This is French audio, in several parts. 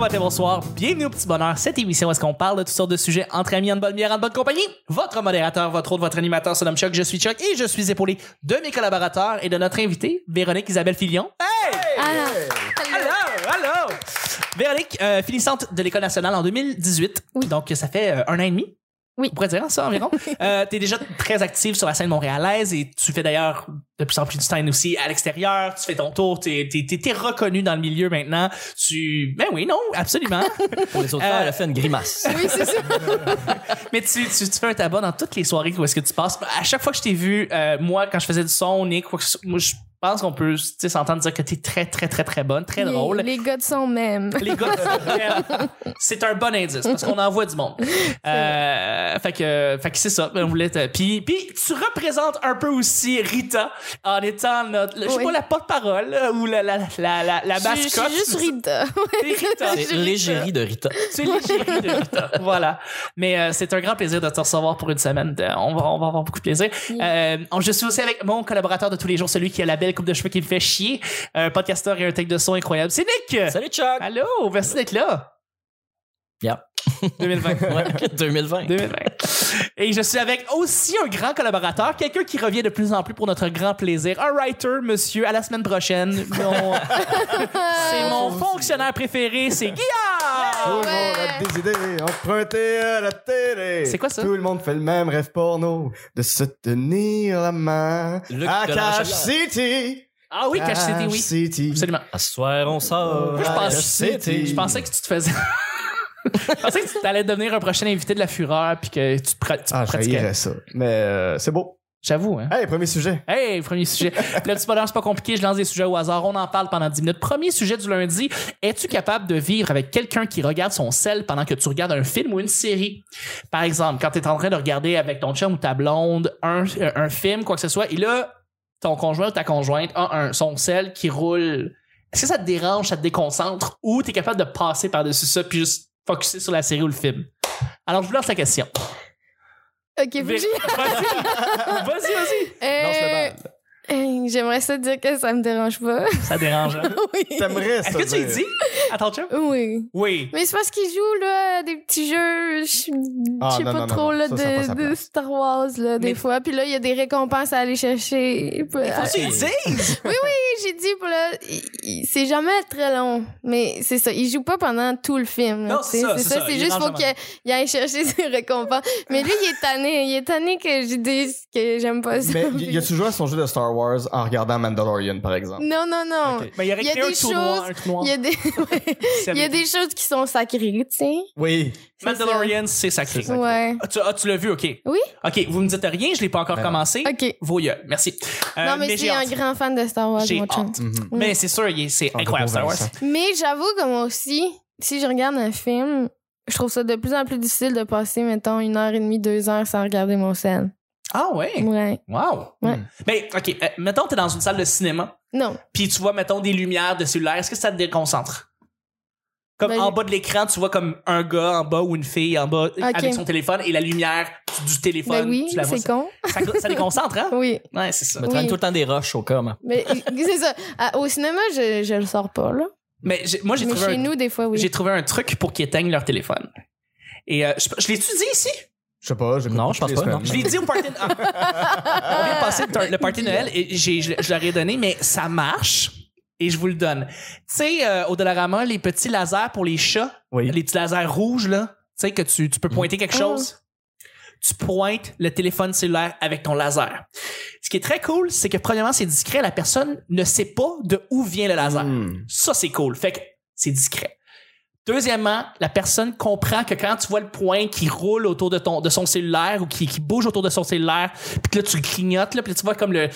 matin, bonsoir. Bienvenue au Petit Bonheur, cette émission où est-ce qu'on parle de toutes sortes de sujets entre amis, en bonne bière, en bonne compagnie. Votre modérateur, votre hôte, votre animateur se nomme Chuck, je suis Chuck et je suis épaulé de mes collaborateurs et de notre invitée, Véronique Isabelle Filion. Hey! Alors, Allô, allô! Véronique, euh, finissante de l'École nationale en 2018. Oui. Donc, ça fait euh, un an et demi. Oui. On pourrait dire ça environ. euh, t'es déjà très active sur la scène montréalaise et tu fais d'ailleurs de plus en plus de scène aussi à l'extérieur. Tu fais ton tour. T'es, t'es, t'es, t'es reconnue dans le milieu maintenant. Tu, ben oui, non, absolument. Pour les auteurs, Euh, elle a fait une grimace. oui, c'est ça. Mais tu, tu, tu fais un tabac dans toutes les soirées où est-ce que tu passes. À chaque fois que je t'ai vu, euh, moi, quand je faisais du son, Nick, quoi que ce- moi, je pense qu'on peut, tu sais, s'entendre dire que t'es très, très, très, très bonne, très Les- drôle. Les gars de son même. Les gars, c'est un bon indice parce qu'on envoie du monde. Euh, fait que, fait que c'est ça. On voulait. te- Puis, puis tu représentes un peu aussi Rita en étant notre, je sais Oui. pas la porte-parole euh, ou la la la la, la Je- Je mascotte. suis juste Rita. T'es Rita. C'est l'égérie de Rita. Tu es l'égérie de Rita. Voilà. Mais euh, c'est un grand plaisir de te recevoir pour une semaine. Euh, on, va, on va avoir beaucoup de plaisir. Euh, on- je suis aussi avec mon collaborateur de tous les jours, celui qui a la belle coupe de cheveux qui me fait chier, un podcasteur et un tech de son incroyable. C'est Nick! Salut Chuck! Allô, merci d'être là. Yeah. 2020. Ouais, 2020. 2020. Et je suis avec aussi un grand collaborateur, quelqu'un qui revient de plus en plus pour notre grand plaisir. Un writer, monsieur, à la semaine prochaine. Mon- c'est mon fonctionnaire préféré, c'est Tout Guillaume! le monde a des idées empruntées à la télé. C'est quoi ça? Tout le monde fait le même rêve porno de se tenir la main Luc à de la Cash Rochelière. City. Ah oui, Cash City, oui. City. Absolument. À ce soir, on sort. Moi, je Ah, pense- Cash City. Je pensais que tu te faisais. je pensais que tu allais devenir un prochain invité de la Fureur puis que tu, te pra- tu Ah, je pratiquais. haïrais ça. Mais euh, c'est beau. J'avoue, hein. Hey, premier sujet. Hey, premier sujet. Le petit bonheur, c'est pas compliqué. Je lance des sujets au hasard. On en parle pendant 10 minutes. Premier sujet du lundi. Es-tu capable de vivre avec quelqu'un qui regarde son sel pendant que tu regardes un film ou une série? Par exemple, quand t'es en train de regarder avec ton chum ou ta blonde un, euh, un film, quoi que ce soit, et là, ton conjoint ou ta conjointe a un, son sel qui roule. Est-ce que ça te dérange, ça te déconcentre ou t'es capable de passer par-dessus ça puis juste focuser sur la série ou le film? Alors, je vous lance la question. Ok, Vé- Fuji. Vas-y, vas-y, vas-y. Euh, balle. euh, J'aimerais ça dire que ça me dérange pas. Ça dérange. hein? oui. T'aimerais ça. Est-ce que tu y dire. dis? Attends, chum. Oui. Oui. Mais c'est parce qu'ils jouent là, à des petits jeux, je suis- Ah, je sais pas non, non, non, trop, non. là, Ça, ça a pas sa de, de place. Star Wars, là, des Mais- fois. Puis là, il y a des récompenses à aller chercher. Puis- Ah, Faut-tu le dire? j'ai dit, puis là, il- il- c'est jamais très long. Mais c'est ça, il joue pas pendant tout le film. là, Non, c'est tu sais, ça, c'est ça, C'est il juste range faut jamais. qu'il il aille chercher ses récompenses. Mais lui, il est tanné. Il est tanné que je dise que j'aime pas ça. Mais y- y a-tu joué à son jeu de Star Wars en regardant Mandalorian, par exemple? Non, non, non. Ok. Mais il y aurait Il y a créé un des tournoi, choses- un tournoi. Il y a des, il y a des choses qui sont sacrées, tu sais. Oui. C'est Mandalorian, c'est sacré. ça. Ouais. Ah, tu, ah, tu l'as vu, OK. Oui. OK, vous me dites rien, je l'ai pas encore Ben non. commencé. OK. Vos yeux, merci. Euh, non, mais j'ai c'est un Mm. hâte. grand fan de Star Wars, J'ai mon chum. hâte. Mais c'est sûr, il est- c'est Ah, incroyable, Star Wars. Vincent. Mais j'avoue que moi aussi, si je regarde un film, je trouve ça de plus en plus difficile de passer, mettons, une heure et demie, deux heures sans regarder mon scène. Ah ouais? Ouais. Wow. Mm. Ouais. Mais OK, euh, mettons t'es dans une salle de cinéma, Non. puis tu vois, mettons, des lumières de cellulaire. Est-ce que ça te déconcentre? Comme Ben, en j'ai- bas de l'écran, tu vois comme un gars en bas ou une fille en bas avec son téléphone et la lumière du téléphone, Ben oui, tu la vois. c'est con. Ça, ça déconcentre, hein? Ouais, Oui. c'est Ben, ça. Je me traîne Oui. tout le temps des roches au corps. moi. Mais c'est ça. À- au cinéma, je, je le sors pas, là. Mais j'ai- moi, j'ai Mais trouvé chez un nous, des fois, oui. J'ai trouvé un truc pour qu'ils éteignent leur téléphone. Et euh, je, je l'ai-tu dit ici? Je sais pas, j'ai Non, pas je pense toutes pas, les non. semaines. Je l'ai dit au party de... Ah. On vient de passer le, tar- le party de Noël et j'ai- je, je leur ai donné, mais ça marche et je vous le donne. Tu sais, euh, au Dollarama, les petits lasers pour les chats, Oui. les petits lasers rouges, là, tu sais, que tu, tu peux pointer quelque Mhm. chose. Tu pointes le téléphone cellulaire avec ton laser. Ce qui est très cool, c'est que premièrement, c'est discret. La personne ne sait pas de où vient le laser. Hmm. Ça, c'est cool. Fait que c'est discret. Deuxièmement, la personne comprend que quand tu vois le point qui roule autour de ton de son cellulaire ou qui, qui bouge autour de son cellulaire, puis que là tu le clignotes là, puis là, tu vois comme le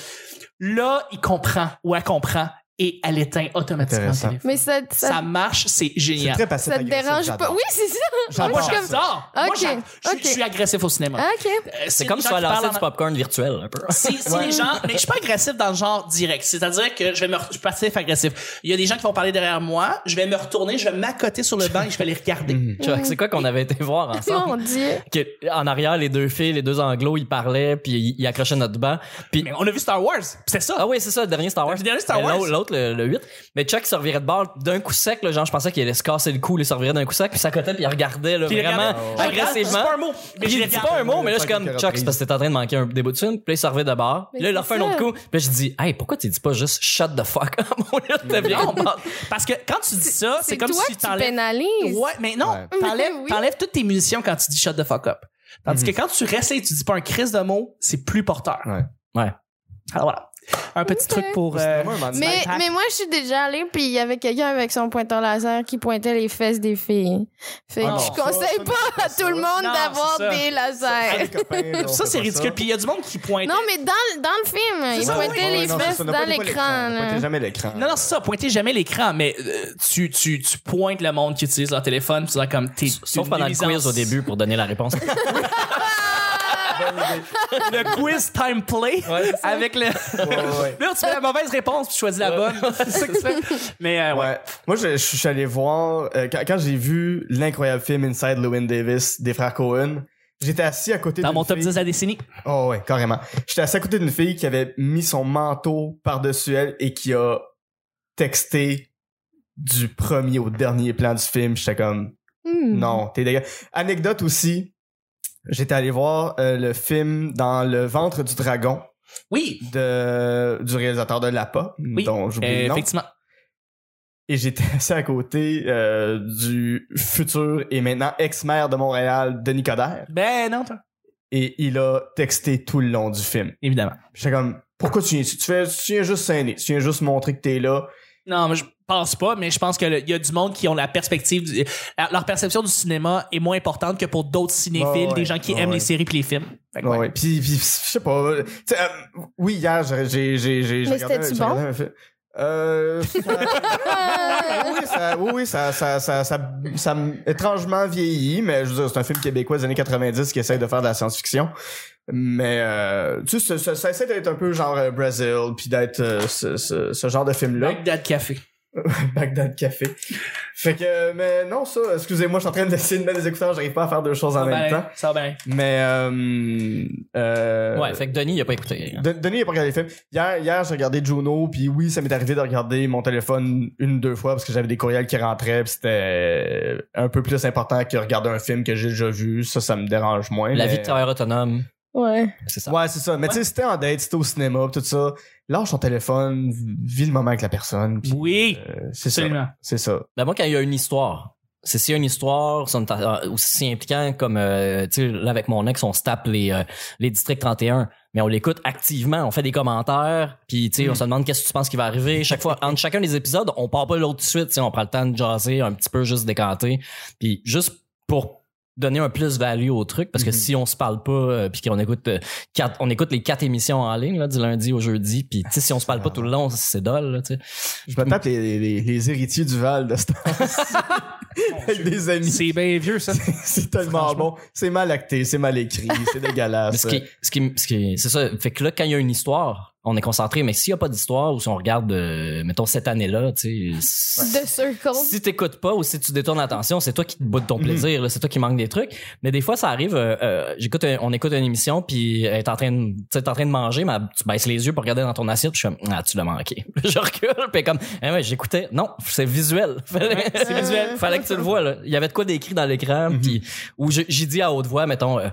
là, il comprend ou elle comprend et elle éteint automatiquement le Intéressant. téléphone. Mais ça, Ça, ça, ça, marche, c'est C'est génial. Ah, très passif. te dérange pas. Oui, c'est ça. Moi, Moi, je suis comme- j'adore. Moi, Ok, j'adore. Je, suis- ok. je suis agressif au cinéma. Ah, OK. Euh, si C'est comme les si gens tu qui lancer parlent du en- popcorn virtuel, un peu. si, si les gens, mais je suis pas agressif dans le genre direct. C'est-à-dire que je vais me, je suis passif agressif. Il y a des gens qui vont parler derrière moi, je vais me retourner, je vais m'accoter sur le banc et je vais les regarder. Chuck, c'est quoi qu'on avait été voir ensemble? Mon Dieu. Que, en arrière, les deux filles, les deux anglos, ils parlaient, puis ils, ils accrochaient notre banc. Puis, Mais on a vu Star Wars, c'est ça. ah oui, c'est ça, le dernier Star Wars. Le dernier Star Mais Wars. l'autre- L'autre, le, le 8. Mais Chuck il se revirait de balle d'un coup sec, là, genre, je pensais qu'il allait se casser le cou, il se revirait d'un coup sec, puis s'accotait, puis il regardait, là, Puis il vraiment Ah, regardait. Je regarde, c'est agressivement. pas un mot, mais je il dit regarde. pas un mot, mais là, je suis Faire comme, quelques Chuck, c'est parce que t'es en train de manquer un des bouts de thune, puis là, il se revient de barre. Puis là, il Mais leur fait c'est un autre ça. coup, puis là, je dis, hey, pourquoi tu dis pas juste shut the fuck up au lieu de te virer Non, de barre? Parce que quand tu dis ça, c'est C'est comme toi si que tu t'enlèves pénalises. Ouais, mais non, Ouais. t'enlèves, Oui. t'enlèves toutes tes munitions quand tu dis shut the fuck up. Tandis que quand tu restes et tu dis pas un crise de mots, c'est plus porteur. Ouais. Mhm. Ouais. Alors voilà. Un petit Ok. truc pour. C'est euh, vraiment un man- Mais, Sniper. mais moi, je suis déjà allée, puis il y avait quelqu'un avec son pointeur laser qui pointait les fesses des filles. Fait que Ah non, je ça, conseille ça, pas à ça. tout le monde Non, d'avoir c'est ça. des Ah, les lasers. copains, là, on ça, fait c'est pas ridicule. Puis il y a du monde qui pointe. Non, mais dans, le- dans le film, il ça, pointait oui. les Ouais, non, fesses c'est ça, ne dans pointez pas l'écran. Ne là. pointez jamais l'écran. Non, non, c'est ça. Pointez jamais l'écran, mais euh, tu, tu, tu pointes le monde qui utilise leur téléphone. Tu dis comme t'es. Sauf une pendant le nuisance. quiz au début pour donner la réponse. Le quiz time play avec le. Ouais, ouais. Là, tu fais la mauvaise réponse puis tu choisis la bonne. C'est ça que tu fais. Mais euh, ouais. Ouais. Moi, je, je suis allé voir, euh, quand, quand j'ai vu l'incroyable film Inside Lewin Davis des frères Cohen, j'étais assis à côté Dans d'une mon top fille- 10 de la décennie. Oh ouais, carrément. J'étais assis à côté d'une fille qui avait mis son manteau par-dessus elle et qui a texté du premier au dernier plan du film. J'étais comme, Hmm. non, t'es dégueu. Anecdote aussi, j'étais allé voir euh, le film Dans le ventre du dragon Oui. de, du réalisateur de Lapa, Oui. dont j'oublie Euh, le nom. effectivement. Et j'étais assis à côté euh, du futur et maintenant ex-maire de Montréal, Denis Coderre. Ben non, toi. Et il a texté tout le long du film. Évidemment. J'étais comme, pourquoi tu viens ici? Tu, fais, tu viens juste saigner. Tu viens juste montrer que t'es là. Non, mais je pense pas, mais je pense qu'il y a du monde qui ont la perspective, du- la- leur perception du cinéma est moins importante que pour d'autres cinéphiles, Ouais, ouais. des gens qui Ouais, aiment ouais. les séries puis les films. Fait que Ouais, ouais. ouais. Puis, puis, je sais pas. euh, tu sais, euh, oui, hier, j'ai- j'ai. j'ai- j'ai- j'ai Mais regardé- c'était-tu j'ai regardé un film. Euh. ça- Ah! oui, ça, oui, oui, ça, ça, ça, ça, ça m- étrangement vieilli, mais je veux dire, c'est un film québécois des années 90 qui essaie de faire de la science-fiction. Mais, euh, tu sais, ça, ça- ça essaie d'être un peu genre euh, Brazil, puis d'être euh, ce, ce- ce genre de film-là. Bagdad Café. Bagdad Café. Fait que, mais non, ça, excusez-moi, je suis en train d'essayer de mettre des écouteurs, j'arrive pas à faire deux choses en va même bien, temps. ça va bien. Mais, euh, euh, ouais, fait que Denis, il a pas écouté. De- Denis n'a pas regardé les films. Hier, hier j'ai regardé Juno, puis oui, ça m'est arrivé de regarder mon téléphone une ou deux fois parce que j'avais des courriels qui rentraient, puis c'était un peu plus important que regarder un film que j'ai déjà vu. Ça, ça me dérange moins. La mais- euh, vie de travailleur autonome, Ouais. c'est ça. Ouais, c'est ça. Mais tu sais, c'était en date, c'était au cinéma, pis tout ça. Lâche ton téléphone, vis le moment avec la personne. puis, Oui, euh, c'est ça. absolument. C'est ça. Ben moi, quand il y a une histoire, c'est s'il y a une histoire ça me t'a- euh, aussi impliquant comme, euh, tu sais, là, avec mon ex, on se tape les, euh, les districts 31, mais on l'écoute activement, on fait des commentaires, puis, Hmm. tu sais, on se demande qu'est-ce que tu penses qui va arriver. Chaque fois, entre chacun des épisodes, on part pas l'autre tout de suite, tu sais, on prend le temps de jaser un petit peu, juste décanter, puis juste pour donner un plus value au truc parce que Mhm. si on se parle pas euh, puis qu'on écoute euh, quatre, on écoute les quatre émissions en ligne là du lundi au jeudi puis tu sais si on se parle pas tout le long c'est dol là, tu sais Ah. Je me tape les, les- les héritiers du Val de ce temps avec des amis. C'est bien vieux, ça. C'est tellement Franchement. bon. C'est mal acté, c'est mal écrit, c'est dégueulasse. Mais ce qui, ce qui, ce qui, c'est ça. Fait que là, quand il y a une histoire, on est concentré. Mais s'il n'y a pas d'histoire ou si on regarde, euh, mettons, cette année-là, tu sais, si- The Circle. si t'écoutes pas ou si tu détournes l'attention, c'est toi qui te bout de Mhm. ton plaisir, là, c'est toi qui manque des trucs. Mais des fois, ça arrive, euh, euh, j'écoute, un- on écoute une émission, puis elle est en train de, tu sais, t'es en train de manger, mais elle- tu baisses les yeux pour regarder dans ton assiette, puis je suis comme, ah, tu l'as manqué. je recule, puis comme, eh ouais, j'écoutais. Non, c'est visuel. C'est visuel. Fallait que tu le vois, là. Il y avait de quoi d'écrit dans l'écran, Mhm. puis où j'ai j'ai dit à haute voix, mettons, euh,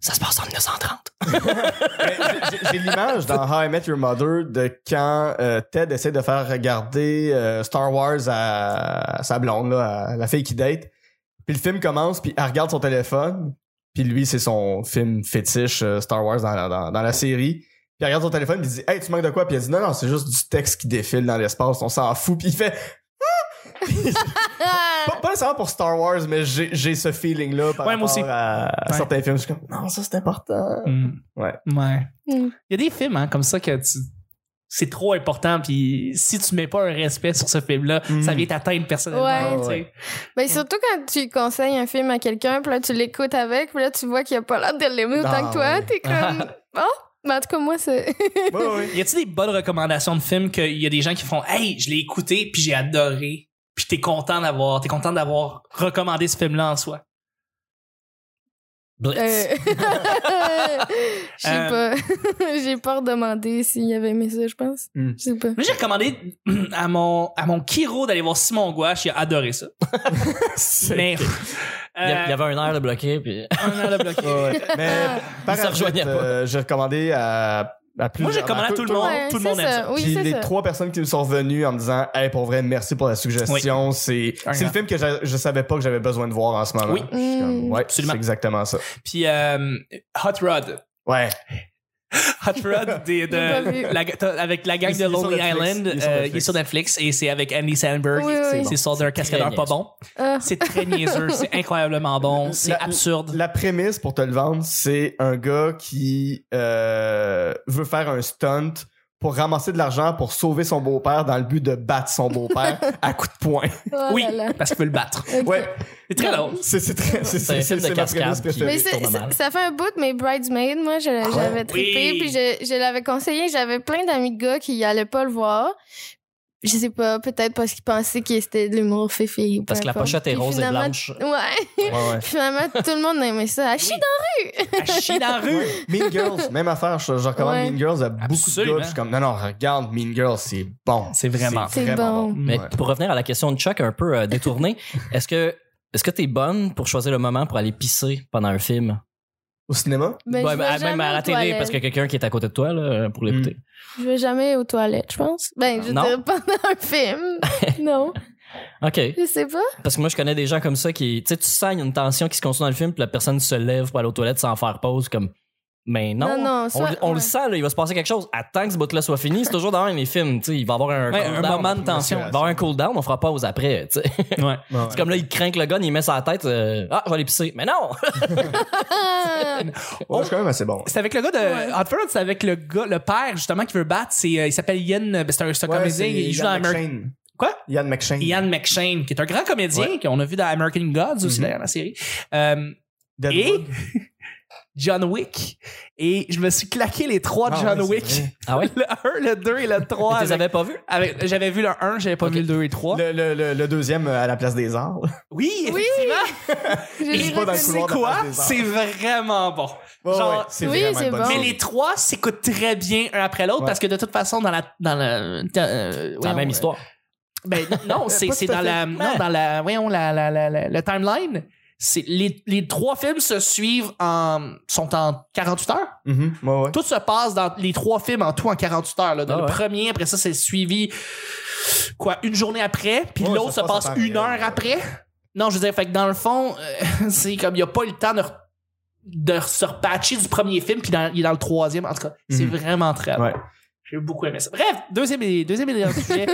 ça se passe en 1930. Mais j'ai- j'ai- J'ai l'image dans How I Met Your Mother de quand euh, Ted essaie de faire regarder euh, Star Wars à, à sa blonde, là, à la fille qui date. Puis le film commence, puis elle regarde son téléphone. Puis lui, c'est son film fétiche euh, Star Wars dans la, dans, dans la série. Puis elle regarde son téléphone, puis il dit Hey, tu manques de quoi Puis elle dit Non, non, c'est juste du texte qui défile dans l'espace, on s'en fout. Puis il fait Ah! Pas, pas nécessairement pour Star Wars, mais j'ai j'ai ce feeling-là par Ouais, moi rapport aussi. à, à Ouais. certains films. Je suis comme Non, ça c'est important. Mm. Ouais. Ouais. Mm. Il y a des films hein, comme ça que tu. C'est trop important, puis si tu mets pas un respect sur ce film-là, Mm. ça vient t'atteindre personnellement. Ouais. tu sais. Ouais. Ben, surtout quand tu conseilles un film à quelqu'un, puis là, tu l'écoutes avec, puis là, tu vois qu'il a pas l'air de l'aimer autant Ah, que toi. ouais. T'es comme. Oh! Mais en tout cas, moi, c'est. Ouais, ouais. Y a-t-il des bonnes recommandations de films qu'il y a des gens qui font Hey, je l'ai écouté puis j'ai adoré, puis t'es content d'avoir, t'es content d'avoir recommandé ce film-là en soi. Blitz. Euh, Je sais Euh. pas. J'ai pas redemandé s'il y avait aimé ça, je pense. Hmm. Je sais pas. Moi, j'ai recommandé à mon, à mon Kiro d'aller voir Simon Gouache. Il a adoré ça. Mais. Il y a- il y euh, avait un air de bloqué, puis un an de bloqué. Ouais. Mais Ah. par se ajout, rejoignait pas. euh, j'ai recommandé à, à Moi, plusieurs. j'ai recommandé à tout le monde. tout le c'est monde aime ça. Oui, Puis c'est les ça. trois personnes qui me sont venues en me disant Hey, pour vrai, merci pour la suggestion. C'est Un c'est le grand. film que je, je savais pas que j'avais besoin de voir en ce moment. Oui. Je suis comme, Mm. ouais, Absolument. C'est exactement ça. Puis euh, Hot Rod. Ouais. Hot Rod des- de- J'ai pas vu. la- t'as- avec la gang Il- de il est sur Lonely Netflix. Island. euh, Il est, sur Netflix et c'est avec Andy Sandberg. Oui, oui. C'est sur d'un cascadeur très pas bon. Ah. C'est très niaiseux. c'est incroyablement bon. C'est La- absurde. La prémisse pour te le vendre, c'est un gars qui euh, veut faire un stunt pour ramasser de l'argent pour sauver son beau-père dans le but de battre son beau-père à coups de poing. Oh oui, là là. parce qu'il peut le battre. Ok. Ouais, C'est très drôle. c'est c'est très c'est C'est un film c'est- c'est- de c'est ma cascade prémisse qui- préférée. Mais c'est- tourne mal. c'est- ça fait un bout, mais Bridesmaid, moi, je- Ah, j'avais trippé, Oui. puis je, je l'avais conseillé. J'avais plein d'amis de gars qui allaient pas le voir. Je sais pas, peut-être parce qu'ils pensaient que c'était de l'humour fifi. parce que la pochette est rose et blanche. Ouais. Ouais, ouais. Finalement, tout le monde aimait ça. Ah, shit, À chier dans la rue. Ouais. Mean Girls, même affaire, je, je recommande Ouais. Mean Girls à beaucoup Absolument. de gars. puis Je suis comme, non, non, regarde, Mean Girls, c'est bon. C'est vraiment- C'est bon. Mais Ouais. pour revenir à la question de Chuck un peu euh, détournée, est-ce que est-ce que t'es bonne pour choisir le moment pour aller pisser pendant un film? Au cinéma? Ben, Ouais, je mais vais à- même jamais à la aux télé, toilettes. parce que quelqu'un qui est à côté de toi là, pour l'écouter. Je vais jamais aux toilettes, je pense. Ben, je veux Non. dire, pendant un film. non, Mm. OK. je sais pas. Parce que moi, je connais des gens comme ça qui. Tu sais, tu sens, il y a une tension qui se construit dans le film, puis la personne se lève pour aller aux toilettes sans faire pause, comme. Mais non. Non, non, on- soit- on, le ouais. sent, là, il va se passer quelque chose. Attends que ce bout-là soit fini. C'est toujours dans les films, tu sais. Il va y avoir un, Ouais, cool un down. moment de tension. Il va y avoir un cooldown, on fera pause après, tu sais. Ouais. C'est comme là, il craint que le gun, il met sa tête. euh, ah, je vais aller pisser. Mais non! Ah, Ouais, Oh, c'est quand même assez bon. C'est avec le gars de Ouais. Hot Rod, c'est avec le gars, le père justement qui veut battre. C'est, euh, il s'appelle Ian, euh, c'est un, c'est un Ouais, comédien. c'est Il joue dans Ian American. McShane. Quoi? Ian McShane. Ian McShane, qui est un grand comédien qu'on a vu dans American Gods aussi Mhm. d'ailleurs la série. Euh, et Deadwood. John Wick. Et je me suis claqué les trois de Ah John ouais, c'est Wick. Ah ouais? Le 1, le 2 et le 3. tu les avais pas vus? j'avais vu le 1, j'avais pas Ok. vu le 2 et 3. Le, le, le, le deuxième euh, à la place des arts. Oui, effectivement. je Et l'ai pas dans le reconnu. couloir. C'est de la Oh. quoi? place des arts. C'est vraiment bon. Genre, Oui, vraiment c'est une bonne bon. chose. Mais les trois s'écoutent très bien un après l'autre Ouais. parce que de toute façon, dans la. Dans la, dans, euh, C'est la voyons, même histoire. Ben non, c'est Pas c'est tout à dans fait. la non, dans la voyons la la la, la- le timeline, c'est les, les trois films se suivent en sont en 48 heures. Mhm, ouais, ouais. Tout se passe dans les trois films en tout en 48 heures là. Dans Ah le ouais. premier, après ça c'est suivi quoi, une journée après, puis Ouais, l'autre se ça passe passe en temps une réel. heure après. Non, je veux dire fait que dans le fond, euh, c'est comme il y a pas eu le temps de re- de se repatcher du premier film puis dans- il est dans le troisième en tout cas. C'est Mhm. vraiment très bon. Ouais. J'ai beaucoup aimé ça. Bref, deuxième et, deuxième et dernier sujet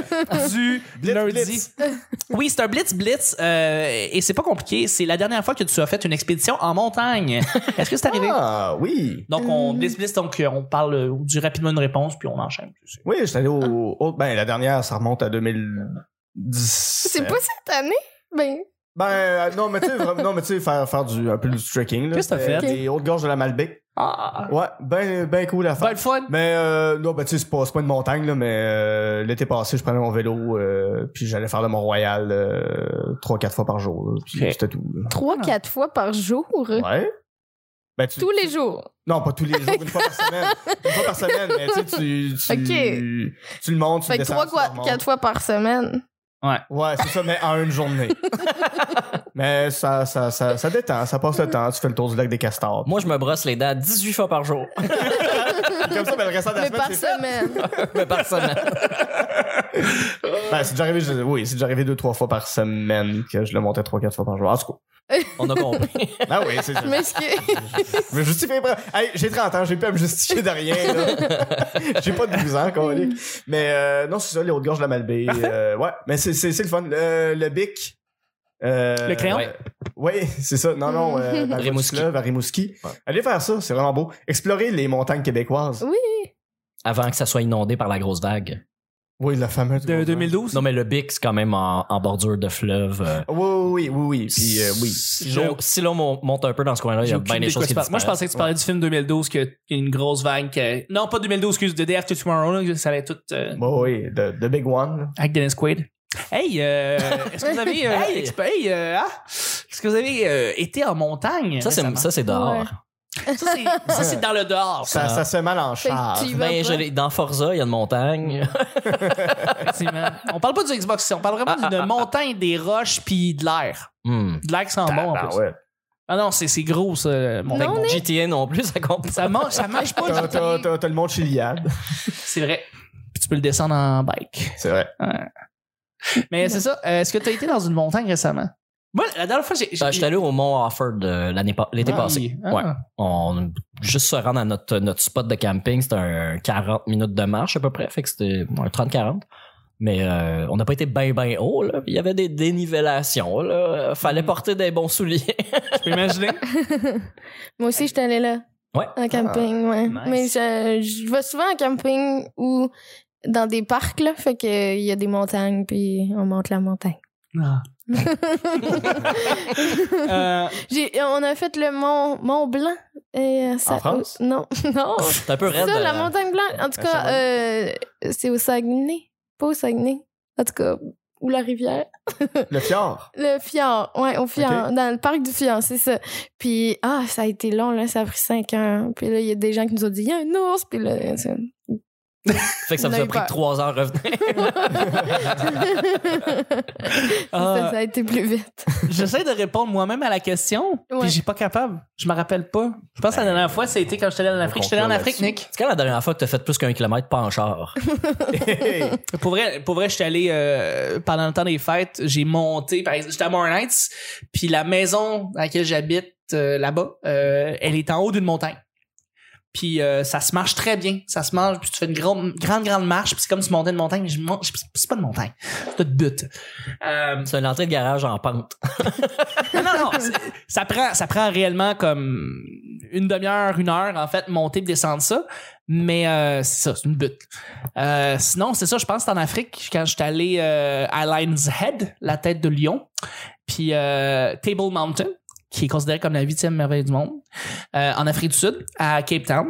du Blitz, lundi. blitz. Oui, c'est un blitz blitz euh, et c'est pas compliqué. C'est la dernière fois que tu as fait une expédition en montagne. Est-ce que c'est arrivé? Ah oui. Donc on Euh. blitz blitz, donc euh, on parle euh, du rapidement une réponse puis on enchaîne. Je sais. Oui, j'étais allé au, au- Ben, la dernière, ça remonte à 2010. C'est pas cette année? Ben, Ben, euh, non, mais tu sais, vraiment- non, mais tu sais, faire, faire du, un peu du trekking, là. Qu'est-ce que t'as Euh, fait? Des hautes gorges de la Malbec. Ah, Ouais, ben, ben cool à faire. ben le fun. Mais euh, non, ben tu sais, c'est pas, c'est pas une montagne, là, mais euh, l'été passé, je prenais mon vélo, euh, puis j'allais faire le Mont-Royal euh, trois, quatre fois par jour. là, puis Ok. c'était tout. là. trois, Ah. quatre fois par jour. Ouais. Ben, tu... Tous les jours. Non, pas tous les jours, une fois par semaine. Une fois par semaine, mais tu sais, tu, tu, tu le montes, tu Fait le que trois, descends. tu le quoi- remontes. quatre fois par semaine. Ouais, c'est ça, mais en une journée. mais ça, ça, ça, ça détend, ça passe le temps, tu fais le tour du lac des castors. Moi, je me brosse les dents 18 fois par jour. Puis comme ça, ben, le restant de la Mais semaine, par c'est fait. semaine. par semaine. Ben, c'est déjà arrivé, je- oui, c'est déjà arrivé deux, trois fois par semaine que je le montais trois, quatre fois par jour. En tout cas. On a compris. Ah oui, c'est ça. Je m'excuse. Je me justifie pas. Hey, j'ai 30 ans, j'ai pas à me justifier de rien. là. j'ai pas de 12 ans, colique. Mais euh, non, c'est ça, les hautes gorges de la Malbaie. euh, ouais, mais c'est, c'est, c'est le fun. Le, le bic. euh, Le crayon? Mm. euh, ouais, c'est ça. Non, non, euh, dans le Rimouski. Fleuve, à Rimouski. Ouais. Allez faire ça, c'est vraiment beau. Explorer les montagnes québécoises. Avant que ça soit inondé par la grosse vague. Oui, la fameuse. De 2012. Non, mais le Bic, c'est quand même en, en bordure de fleuve. euh, Oui, oui, oui, oui, oui. Puis, euh, oui. Si l'on, si l'on mon- monte un peu dans ce coin-là, il y J'ai a aucune bien idée de des quoi choses tu qui parles. Moi, je disparaissent. pensais que tu parlais du film 2012 qui a une grosse vague. que- Non, pas 2012, excuse, de Day After Tomorrow, là, que ça allait tout euh, Bon, oui, the, the big one. là. avec Dennis Quaid. Hey, euh, est-ce que vous avez. euh, Hey! exp- hey, euh, ah? Est-ce que vous avez euh, été en montagne? Ça, c'est, récemment? ça, c'est dehors. Ouais. Ça, c'est- ça, c'est dans le dehors. Ça, ça se fait mal en Fait que charge. tu y vas Ben, pas. je l'ai- dans Forza, il y a une montagne. Effectivement. Ah, On parle pas du Xbox, on parle vraiment d'une montagne, des roches, puis de l'air. Hmm. De l'air qui sent bon. en Ah, plus. ouais. Ah non, c'est c'est gros, ça, montagne. Non, GTA non plus, ça compte pas. Ça mange, ça mange pas. T'as- T'as t'as- t'as le mont Chiliade. C'est vrai. Puis tu peux le descendre en bike. C'est vrai. Mais c'est ça. euh, Est-ce que tu as été dans une montagne récemment? Moi, la dernière fois, j'ai. j'ai- Ben, Je suis allé au Mont Offord euh, l'année pa- l'été Ah, passé. oui. Ah. Ouais. On juste se rendre à notre, notre spot de camping, c'était un 40 minutes de marche à peu près, fait que c'était un 30-40. Mais euh, on n'a pas été bien bien haut, là. Il y avait des dénivellations, là. Mm. Fallait porter des bons souliers. Je peux imaginer. Moi aussi, j'étais allée là. Ouais. En Ah, camping, ouais. nice. Mais je, je vais souvent en camping ou dans des parcs, là. Fait que euh, il y a des montagnes, puis on monte la montagne. Ah. Euh, J'ai, on a fait le Mont, Mont Blanc. Et euh, ça, En France? euh, non, non. C'est un peu ça, raide. la euh, montagne blanche. En tout à cas, euh, c'est au Saguenay. Pas au Saguenay. En tout cas, ou la rivière. Le fjord. Le fjord, ouais, au fjord, dans le parc du fjord, c'est ça. Puis, ah, ça a été long, là, ça a pris cinq heures. Puis là, il y a des gens qui nous ont dit, il y a un ours, puis là, c'est- Fait que ça on vous a a eu pris peur. trois heures à revenir. C'est Ah. ça, ça a été plus vite. euh, J'essaie de répondre moi-même à la question, Ouais. puis j'ai pas capable. Je me rappelle pas. Je pense que la dernière fois, c'était quand j'étais allé en Afrique. J'étais allé en Afrique, Nick. C'est quand la dernière fois que t'as fait plus qu'un kilomètre pas en char? Mm. Pour vrai, pour vrai, j'étais allé euh, pendant le temps des fêtes, j'ai monté, par exemple, j'étais à Moornights, puis la maison dans laquelle j'habite euh, là-bas, euh, elle est en haut d'une montagne. Puis euh, ça se marche très bien, ça se marche, puis tu fais une grande, grande, grande marche, puis c'est comme si tu montais une montagne, mais je monte, je- c'est pas une montagne, c'est une butte. Euh, C'est une entrée de garage en pente. non, non, non, c'est- ça prend, ça prend réellement comme une demi-heure, une heure, en fait, monter et descendre ça. Mais euh, c'est ça, c'est une butte. Euh, sinon, c'est ça, je pense, c'est en Afrique, quand j'étais allé euh, à Lion's Head, la tête de lion, puis euh, Table Mountain, qui est considéré comme la huitième merveille du monde, euh, en Afrique du Sud, à Cape Town.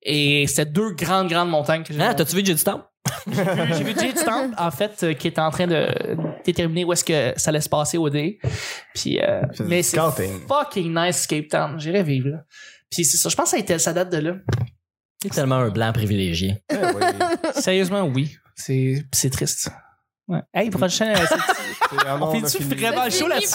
Et c'était deux grandes, grandes montagnes Mm. que j'ai Ah, montées. t'as-tu vu Jay du temps? J'ai vu Jay Stamp, en fait, euh, qui était en train de déterminer où est-ce que ça allait se passer au dé. Puis, euh, C'est du mais c'est scouting. fucking nice Cape Town. J'irais vivre, là. Puis c'est ça. Je pense que ça, a été- ça date de là. T'es tellement un blanc privilégié. Mm. Eh oui. Sérieusement, oui. C'est c'est triste. Ouais. Hey, prochain. euh, c'est- C'est- ah non, On fait-tu a fini. vraiment- Ah, chaud là-dessus.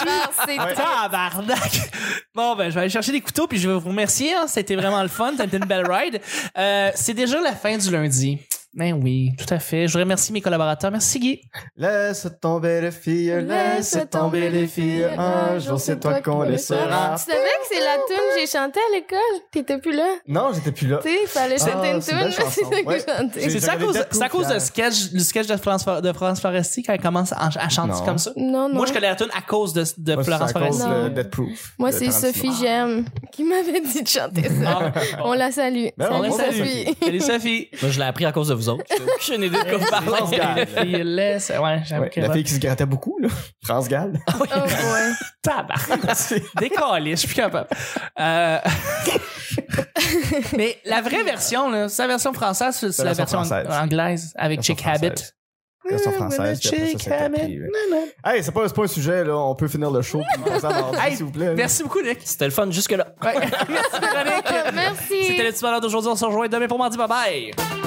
C'est Ouais. Tabarnak! Bon, ben, je vais aller chercher des couteaux puis je vais vous remercier. hein. C'était vraiment le fun. C'était une belle ride. Euh, c'est déjà la fin du lundi. Ben oui, tout à fait. Je remercie mes collaborateurs. Merci, Guy. Laisse tomber les filles, laisse tomber les filles. Un jour, c'est toi qu'on les sera. Tu savais que c'est la tune que j'ai chantée à l'école? T'étais plus là. Non, j'étais plus là. Tu sais, il fallait Ah, chanter une c'est une tune, belle c'est chanson. ça que Ouais. j'ai chanté. J'ai- C'est ça à j'avais cause, des dates c'est à cause de fières. sketch, du sketch de France, de France Foresti quand elle commence à, à chanter Non. comme ça. Non, non. Moi, je connais la tune à cause de, de Moi, c'est Florence à cause Foresti. Non. de Death Proof. Moi, de c'est Tarantino. Sophie J'aime qui m'avait dit de chanter ça. Ah, On la salue. Ben, on Salut, la salue. Sophie. Salut Sophie. Moi, je l'ai appris à cause de vous autres. J'ai aucune idée de quoi vous parlez. France Gall. Puis laisse. Ouais, j'avoue Ouais, que. La fille qui se grattait beaucoup, là. France Gall. Ah. Oh, ouais. Tabarnak. C'est- Décalé, je suis plus capable. Euh, Mais la vraie version, là, c'est la version française, c'est c'est la, version version française. ang- anglaise avec Version Chick Habit. française. Version française, puis après ça, Chick c'était Habit. pris, ouais. Hey, c'est pas, c'est pas un sujet, là. On peut finir le show. puis on s'en va, Hey, S'il vous plaît. là. Merci beaucoup, Nick. C'était le fun jusque-là. Ouais. Merci, Véronique. Merci. C'était le petit bonheur d'aujourd'hui. On se rejoint demain pour mardi. Bye bye.